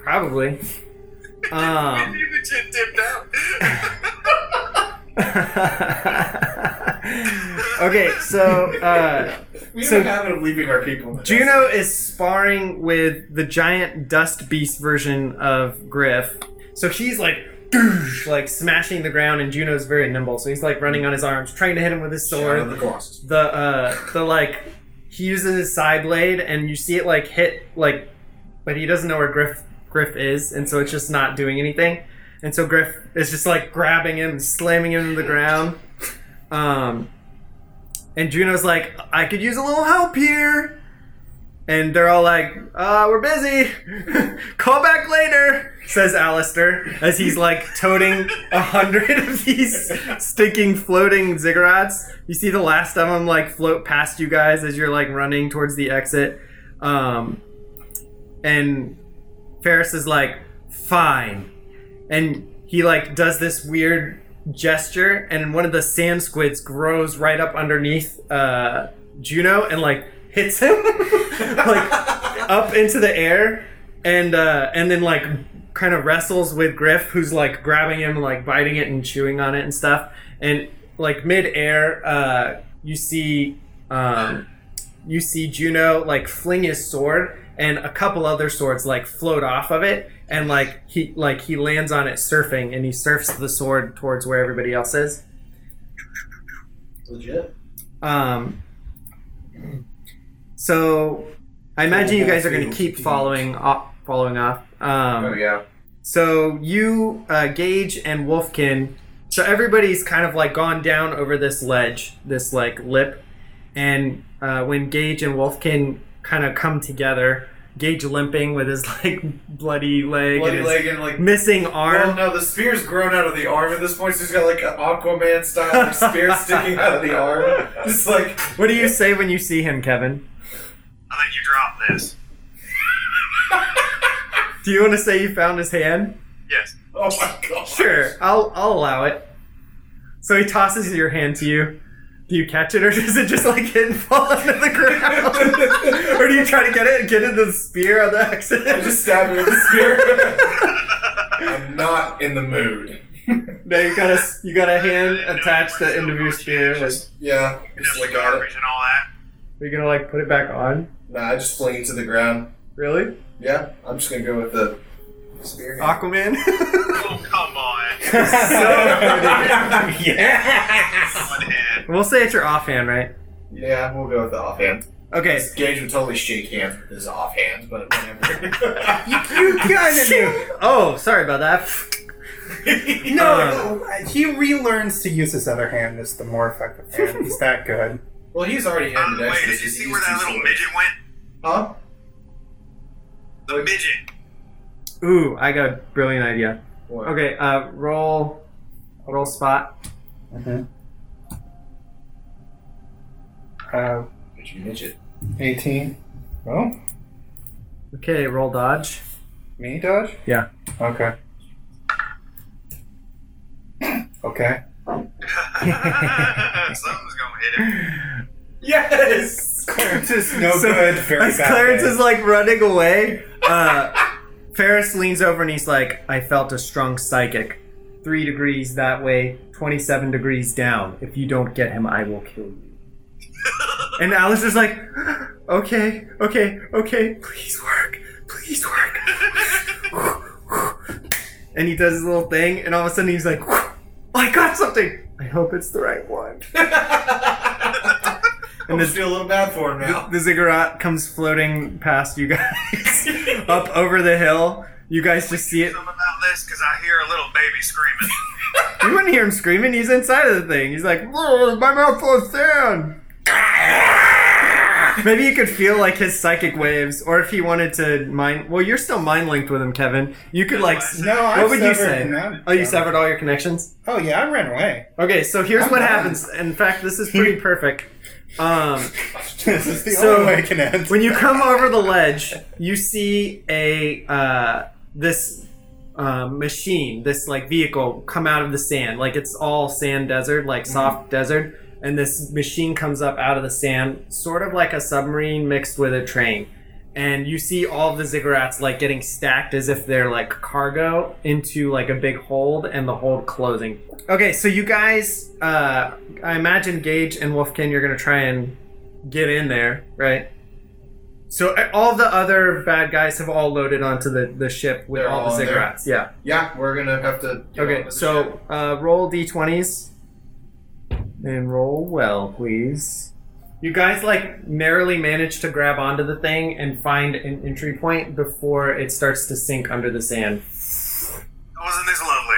Speaker 6: Probably. Um.
Speaker 8: Even just dipped out.
Speaker 6: okay, so uh,
Speaker 4: We
Speaker 6: So-
Speaker 4: have a habit of leaving our people. in the desert.
Speaker 6: Juno is sparring with the giant dust beast version of Griff. So he's like, "Doosh," like smashing the ground, and Juno's very nimble, so he's like running on his arms, trying to hit him with his
Speaker 4: Shadow of
Speaker 6: sword.
Speaker 4: the Colossus.
Speaker 6: The uh, the like, he uses his side blade, and you see it like hit like, but he doesn't know where Griff Griff is, and so it's just not doing anything. And so Griff is just like grabbing him, slamming him to the ground. Um, and Juno's like, I could use a little help here. And they're all like, uh, we're busy. Call back later, says Alistair, as he's like toting a hundred of these stinking floating ziggurats. You see the last of them like float past you guys as you're like running towards the exit. Um, and Ferris is like, fine. And he like does this weird gesture, and one of the sand squids grows right up underneath uh, Juno and like hits him like up into the air, and uh, and then like kind of wrestles with Griff, who's like grabbing him, like biting it and chewing on it and stuff, and like mid air, uh, you see. Um, you see Juno like fling his sword and a couple other swords like float off of it and like he like he lands on it surfing and he surfs the sword towards where everybody else is.
Speaker 4: Legit.
Speaker 6: Um so I imagine you guys are going to keep following off, following off. Um
Speaker 4: Oh yeah.
Speaker 6: so you, uh, Gage, and Wolfkin. So everybody's kind of like gone down over this ledge, this like lip, and uh, when Gage and Wolfkin kind of come together, Gage limping with his like bloody leg
Speaker 4: Bloody
Speaker 6: and his
Speaker 4: leg and like.
Speaker 6: missing arm.
Speaker 4: Well, no, the spear's grown out of the arm at this point. So he's got like an Aquaman style like, spear sticking out of the arm. Just like
Speaker 6: What do you say when you see him, Kevin?
Speaker 8: I'll let you drop this.
Speaker 6: Do you want to say you found his hand?
Speaker 8: Yes.
Speaker 4: Oh my god.
Speaker 6: Sure, I'll I'll allow it. So he tosses your hand to you. Do you catch it, or does it just like hit and fall onto the ground? or do you try to get it, get into the spear on the
Speaker 4: I
Speaker 6: accident?
Speaker 4: just stabbed him with the spear. I'm not in the mood.
Speaker 6: no, you got a s- you got a hand attached to the end of your spear. Like,
Speaker 4: Yeah.
Speaker 8: That's
Speaker 4: Just
Speaker 8: the
Speaker 4: like got
Speaker 8: garbage
Speaker 4: it.
Speaker 8: and all that.
Speaker 6: are you gonna like put it back on?
Speaker 4: Nah, I just fling it to the ground.
Speaker 6: Really,
Speaker 4: Yeah, I'm just gonna go with the spear. hand.
Speaker 6: Aquaman?
Speaker 8: Oh, come on. One hand.
Speaker 6: we'll say it's your offhand, right?
Speaker 4: Yeah, we'll go with the offhand.
Speaker 6: Okay,
Speaker 4: Gage would totally shake hands with his offhand, but whatever.
Speaker 6: you kind of do. Oh, sorry about that.
Speaker 7: No, he relearns to use his other hand as the more effective hand. He's that good.
Speaker 4: well, he's already
Speaker 8: By
Speaker 4: handed
Speaker 8: the way,
Speaker 4: extras
Speaker 8: did you
Speaker 4: because he
Speaker 8: see
Speaker 4: used
Speaker 8: where that
Speaker 4: two
Speaker 8: little
Speaker 4: swords.
Speaker 8: midget went?
Speaker 4: Huh?
Speaker 8: The midget.
Speaker 6: Ooh, I got a brilliant idea.
Speaker 4: What?
Speaker 6: Okay, uh, roll, roll spot.
Speaker 7: Uh,
Speaker 4: Midget, midget.
Speaker 7: 18. Oh,
Speaker 6: Okay, roll dodge.
Speaker 7: me dodge?
Speaker 6: Yeah.
Speaker 7: Okay. Okay.
Speaker 8: Uh, Something's gonna hit him.
Speaker 4: Yes.
Speaker 7: Clarence is no
Speaker 6: So,
Speaker 7: good. Very
Speaker 6: as
Speaker 7: bad.
Speaker 6: Clarence
Speaker 7: day.
Speaker 6: is like running away, uh, Ferris leans over and he's like, I felt a strong psychic. Three degrees that way, 27 degrees down. If you don't get him, I will kill you. and Alice is like, okay, okay, okay, please work, please work. and he does his little thing, and all of a sudden he's like, I got something. I hope it's the right one.
Speaker 4: I'm just feel a little bad for him
Speaker 6: The,
Speaker 4: now.
Speaker 6: the ziggurat comes floating past you guys up over the hill. You guys just see it.
Speaker 8: Something about this because I hear a little baby screaming.
Speaker 6: You wouldn't hear him screaming. He's inside of the thing. He's like, "Oh, my mouth full of sand. Maybe you could feel like his psychic waves, or if he wanted to mind. Well, you're still mind linked with him, Kevin. You could like. s-
Speaker 7: No, i
Speaker 6: what would you say?
Speaker 7: No,
Speaker 6: Oh, you severed all your connections.
Speaker 7: Oh, yeah, I ran away.
Speaker 6: Okay, so here's
Speaker 7: I'm
Speaker 6: what
Speaker 7: done.
Speaker 6: happens. In fact, this is pretty perfect. Um,
Speaker 7: this is the
Speaker 6: So-
Speaker 7: only way it can end.
Speaker 6: when you come over the ledge, you see a uh, this uh, machine, this like vehicle come out of the sand. Like it's all sand desert, like
Speaker 7: Mm-hmm.
Speaker 6: soft desert, and this machine comes up out of the sand, sort of like a submarine mixed with a train. And you see all the ziggurats like getting stacked as if they're like cargo into like a big hold, and the hold closing. Okay, so you guys, uh, I imagine Gage and Wolfkin, you're gonna try and get in there, right? So uh, all the other bad guys have all loaded onto the, the ship with
Speaker 4: They're
Speaker 6: all,
Speaker 4: all
Speaker 6: the
Speaker 4: in there.
Speaker 6: ziggurats. Yeah.
Speaker 4: Yeah, we're gonna have to. get on
Speaker 6: Okay.
Speaker 4: with
Speaker 6: So uh, roll d20s and roll well, please. You guys like narrowly manage to grab onto the thing and find an entry point before it starts to sink under the sand.
Speaker 8: Wasn't this lovely?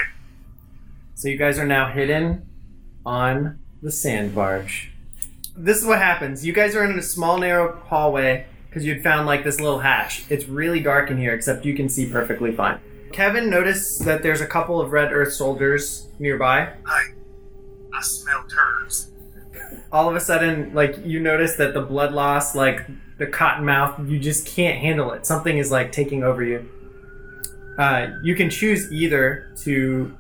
Speaker 6: So you guys are now hidden on the sand barge. This is what happens. You guys are in a small, narrow hallway because you'd found like this little hatch. It's really dark in here, except you can see perfectly fine. Kevin noticed that there's a couple of Red Earth soldiers nearby.
Speaker 8: I, I smell turds.
Speaker 6: All of a sudden, like you notice that the blood loss, like the cotton mouth, you just can't handle it. Something is like taking over you. Uh, you can choose either to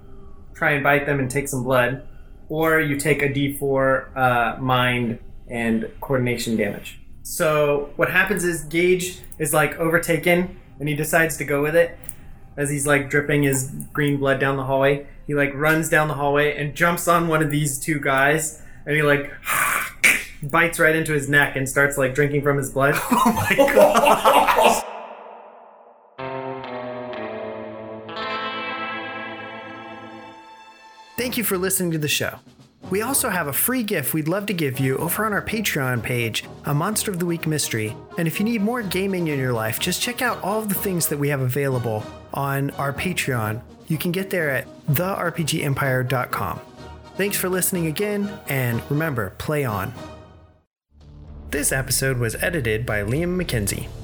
Speaker 6: try and bite them and take some blood, or you take a d4 uh, mind and coordination damage. So what happens is Gage is like overtaken, and he decides to go with it. As he's like dripping his green blood down the hallway, he like runs down the hallway and jumps on one of these two guys, and he like bites right into his neck and starts like drinking from his blood.
Speaker 2: Thank you for listening to the show. We also have a free gift we'd love to give you over on our Patreon page, a Monster of the Week mystery. And if you need more gaming in your life, just check out all of the things that we have available on our Patreon. You can get there at therpgempire.com. Thanks for listening again, and remember, play on. This episode was edited by Liam McKenzie.